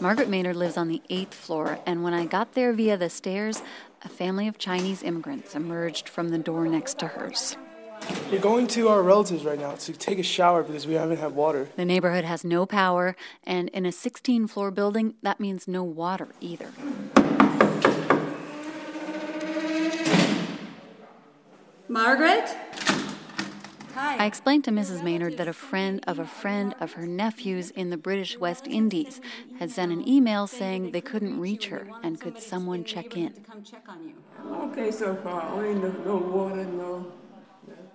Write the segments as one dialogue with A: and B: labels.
A: Margaret Maynard lives on the eighth floor, and when I got there via the stairs, a family of Chinese immigrants emerged from the door next to hers.
B: We're going to our relatives right now to take a shower because we haven't had water.
A: The neighborhood has no power, and in a 16 floor building, that means no water either.
C: Margaret?
A: I explained to Mrs. Maynard that a friend of a friend of her nephew's in the British West Indies had sent an email saying they couldn't reach her and could someone check in.
C: Come check on you.
D: I'm okay so far. I ain't no, no water, no.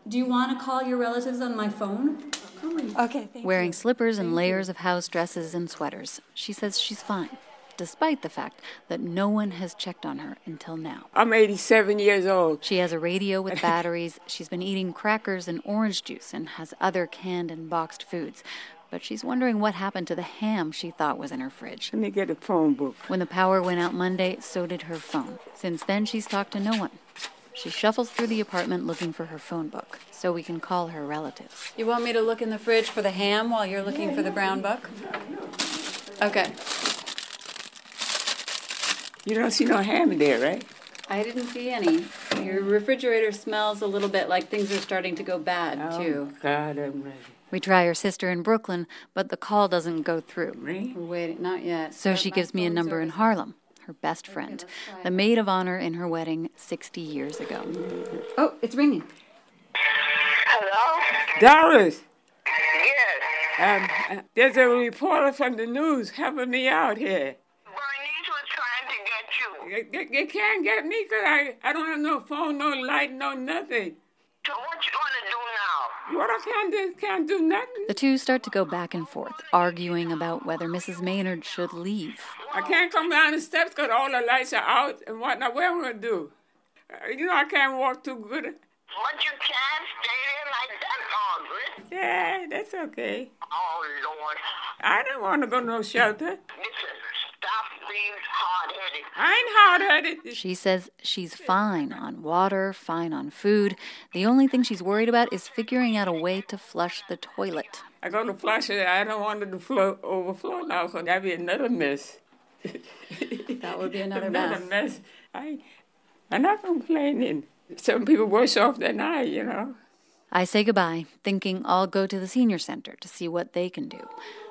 C: Do you want to call your relatives on my phone? Okay, thank
A: Wearing slippers and layers of house dresses and sweaters, she says she's fine, despite the fact that no one has checked on her until now.
D: I'm 87 years old.
A: She has a radio with batteries. She's been eating crackers and orange juice and has other canned and boxed foods. But she's wondering what happened to the ham she thought was in her fridge.
D: Let me get a phone book.
A: When the power went out Monday, so did her phone. Since then, she's talked to no one. She shuffles through the apartment looking for her phone book so we can call her relatives.
C: You want me to look in the fridge for the ham while you're looking for the brown buck? Okay.
D: You don't see no ham in there, right?
C: I didn't see any. Your refrigerator smells a little bit like things are starting to go bad,
D: Oh.
C: too.
D: God, I'm ready.
A: We try her sister in Brooklyn, but the call doesn't go through.
D: Me?
C: We're waiting, not yet.
A: So she gives me a number in Harlem, her best friend, the maid of honor in her wedding 60 years ago.
C: Oh, it's ringing.
E: Hello?
D: Doris,
E: Yes.
D: um, uh, there's a reporter from the news helping me out here.
E: Bernice was trying to get you.
D: They, they- they can't get me 'cause I, I don't have no phone, no light, no nothing.
E: So what you gonna do now?
D: What I can't do, can't do nothing.
A: The two start to go back and forth, arguing about whether Mrs. Maynard should leave.
D: I can't come down the steps 'cause all the lights are out and whatnot. What am I going to do? Uh, you know, I can't walk too good.
E: But you can't stay there like that, Margaret.
D: Yeah, that's okay.
E: Oh, Lord.
D: I don't want to go to no shelter.
E: Listen, stop being hard-headed.
D: I ain't hard headed.
A: She says she's fine on water, fine on food. The only thing she's worried about is figuring out a way to flush the toilet.
D: I go to flush it. I don't want it to flow, overflow now, so that'd be another mess.
C: That would be another
D: another
C: mess.
D: mess. I, I'm not complaining. Some people worse off than I, you know.
A: I say goodbye, thinking I'll go to the senior center to see what they can do.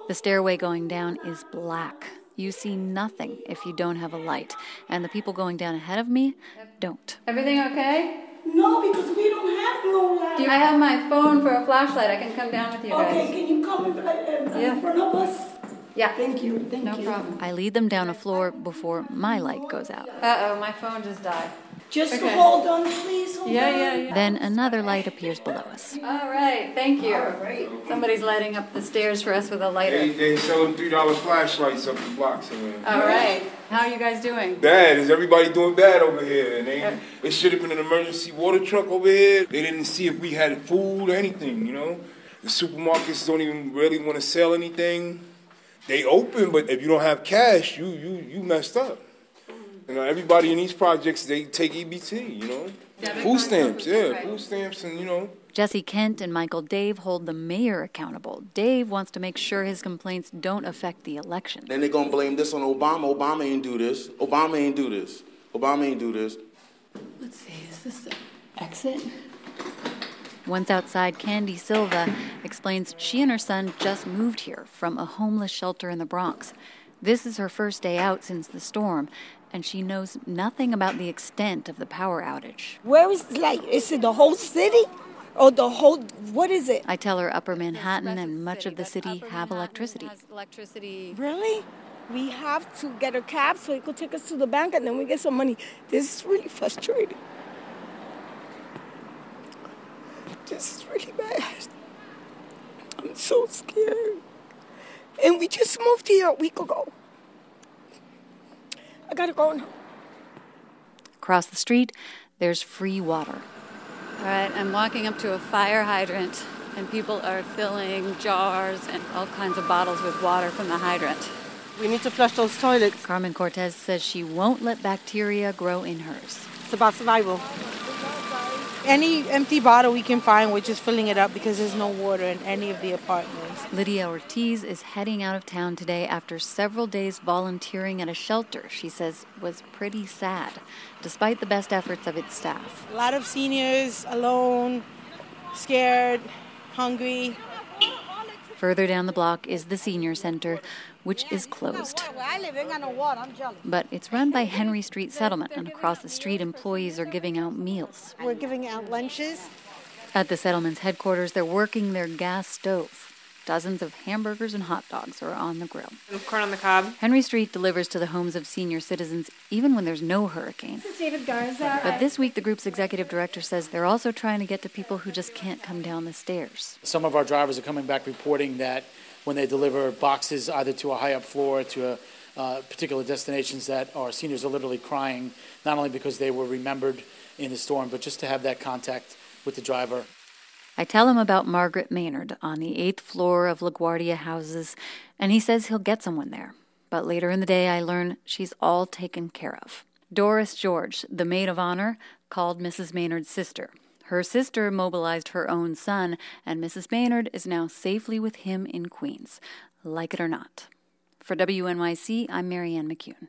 A: The stairway going down is black. You see nothing if you don't have a light, and the people going down ahead of me don't.
C: Everything okay?
F: No, because we don't have no light.
C: Do you, I have my phone for a flashlight. I can come down with you
F: okay,
C: guys.
F: can you come in, uh, uh,
C: Yeah.
F: in front of us?
C: Yeah.
F: Thank you. Thank
C: No
F: you.
C: problem.
A: I lead them down a floor before my light goes out.
C: Uh oh, my phone just died.
F: Just
C: Okay.
F: hold on, please. Hold
C: Yeah,
F: on.
C: yeah, yeah.
A: Then another light appears below us.
C: All right, thank you. Somebody's lighting up the stairs for us with a
G: They,
C: lighter.
G: they sell them three dollar flashlights up the block somewhere.
C: All right, how are you guys doing?
G: Bad is everybody doing bad over here, and they it should have been an emergency water truck over here. They didn't see if we had food or anything, you know. The supermarkets don't even really want to sell anything. They open, but if you don't have cash, you you you messed up. You know, everybody in these projects they take EBT, you know. Food stamps, yeah, food stamps, and you know.
A: Jesse Kent and Michael Dave hold the mayor accountable. Dave wants to make sure his complaints don't affect the election.
H: Then they're gonna blame this on Obama. Obama ain't do this. Obama ain't do this. Obama ain't do this.
C: Let's see, is this the exit?
A: Once outside, Candy Silva explains she and her son just moved here from a homeless shelter in the Bronx. This is her first day out since the storm, and she knows nothing about the extent of the power outage.
I: Where is like is it the whole city or the whole what is it?
A: I tell her Upper Manhattan and much of the city have electricity.
C: Electricity.
I: Really? We have to get a cab so he could take us to the bank and then we get some money. This is really frustrating. This is really bad. I'm so scared. And we just moved here a week ago. I gotta go now.
A: Across the street, there's free water.
C: All right, I'm walking up to a fire hydrant, and people are filling jars and all kinds of bottles with water from the hydrant.
J: We need to flush those toilets.
A: Carmen Cortez says she won't let bacteria grow in hers.
J: It's about survival.
I: Any empty bottle we can find, we're just filling it up because there's no water in any of the apartments.
A: Lydia Ortiz is heading out of town today after several days volunteering at a shelter she says was pretty sad, despite the best efforts of its staff.
I: A lot of seniors alone, scared, hungry.
A: Further down the block is the senior center, which is closed. But it's run by Henry Street Settlement, and across the street, employees are giving out meals.
K: We're giving out lunches.
A: At the settlement's headquarters, they're working their gas stove. Dozens of hamburgers and hot dogs are on the grill.
D: Corn on the cob.
A: Henry Street delivers to the homes of senior citizens even when there's no hurricane.
C: This is David Garza.
A: But this week, the group's executive director says they're also trying to get to people who just can't come down the stairs.
G: Some of our drivers are coming back reporting that when they deliver boxes either to a high up floor, to a uh, particular destinations, that our seniors are literally crying, not only because they were remembered in the storm, but just to have that contact with the driver.
A: I tell him about Margaret Maynard on the eighth floor of LaGuardia houses, and he says he'll get someone there. But later in the day, I learn she's all taken care of. Doris George, the maid of honor, called Mrs. Maynard's sister. Her sister mobilized her own son, and Mrs. Maynard is now safely with him in Queens, like it or not. For WNYC, I'm Marianne McCune.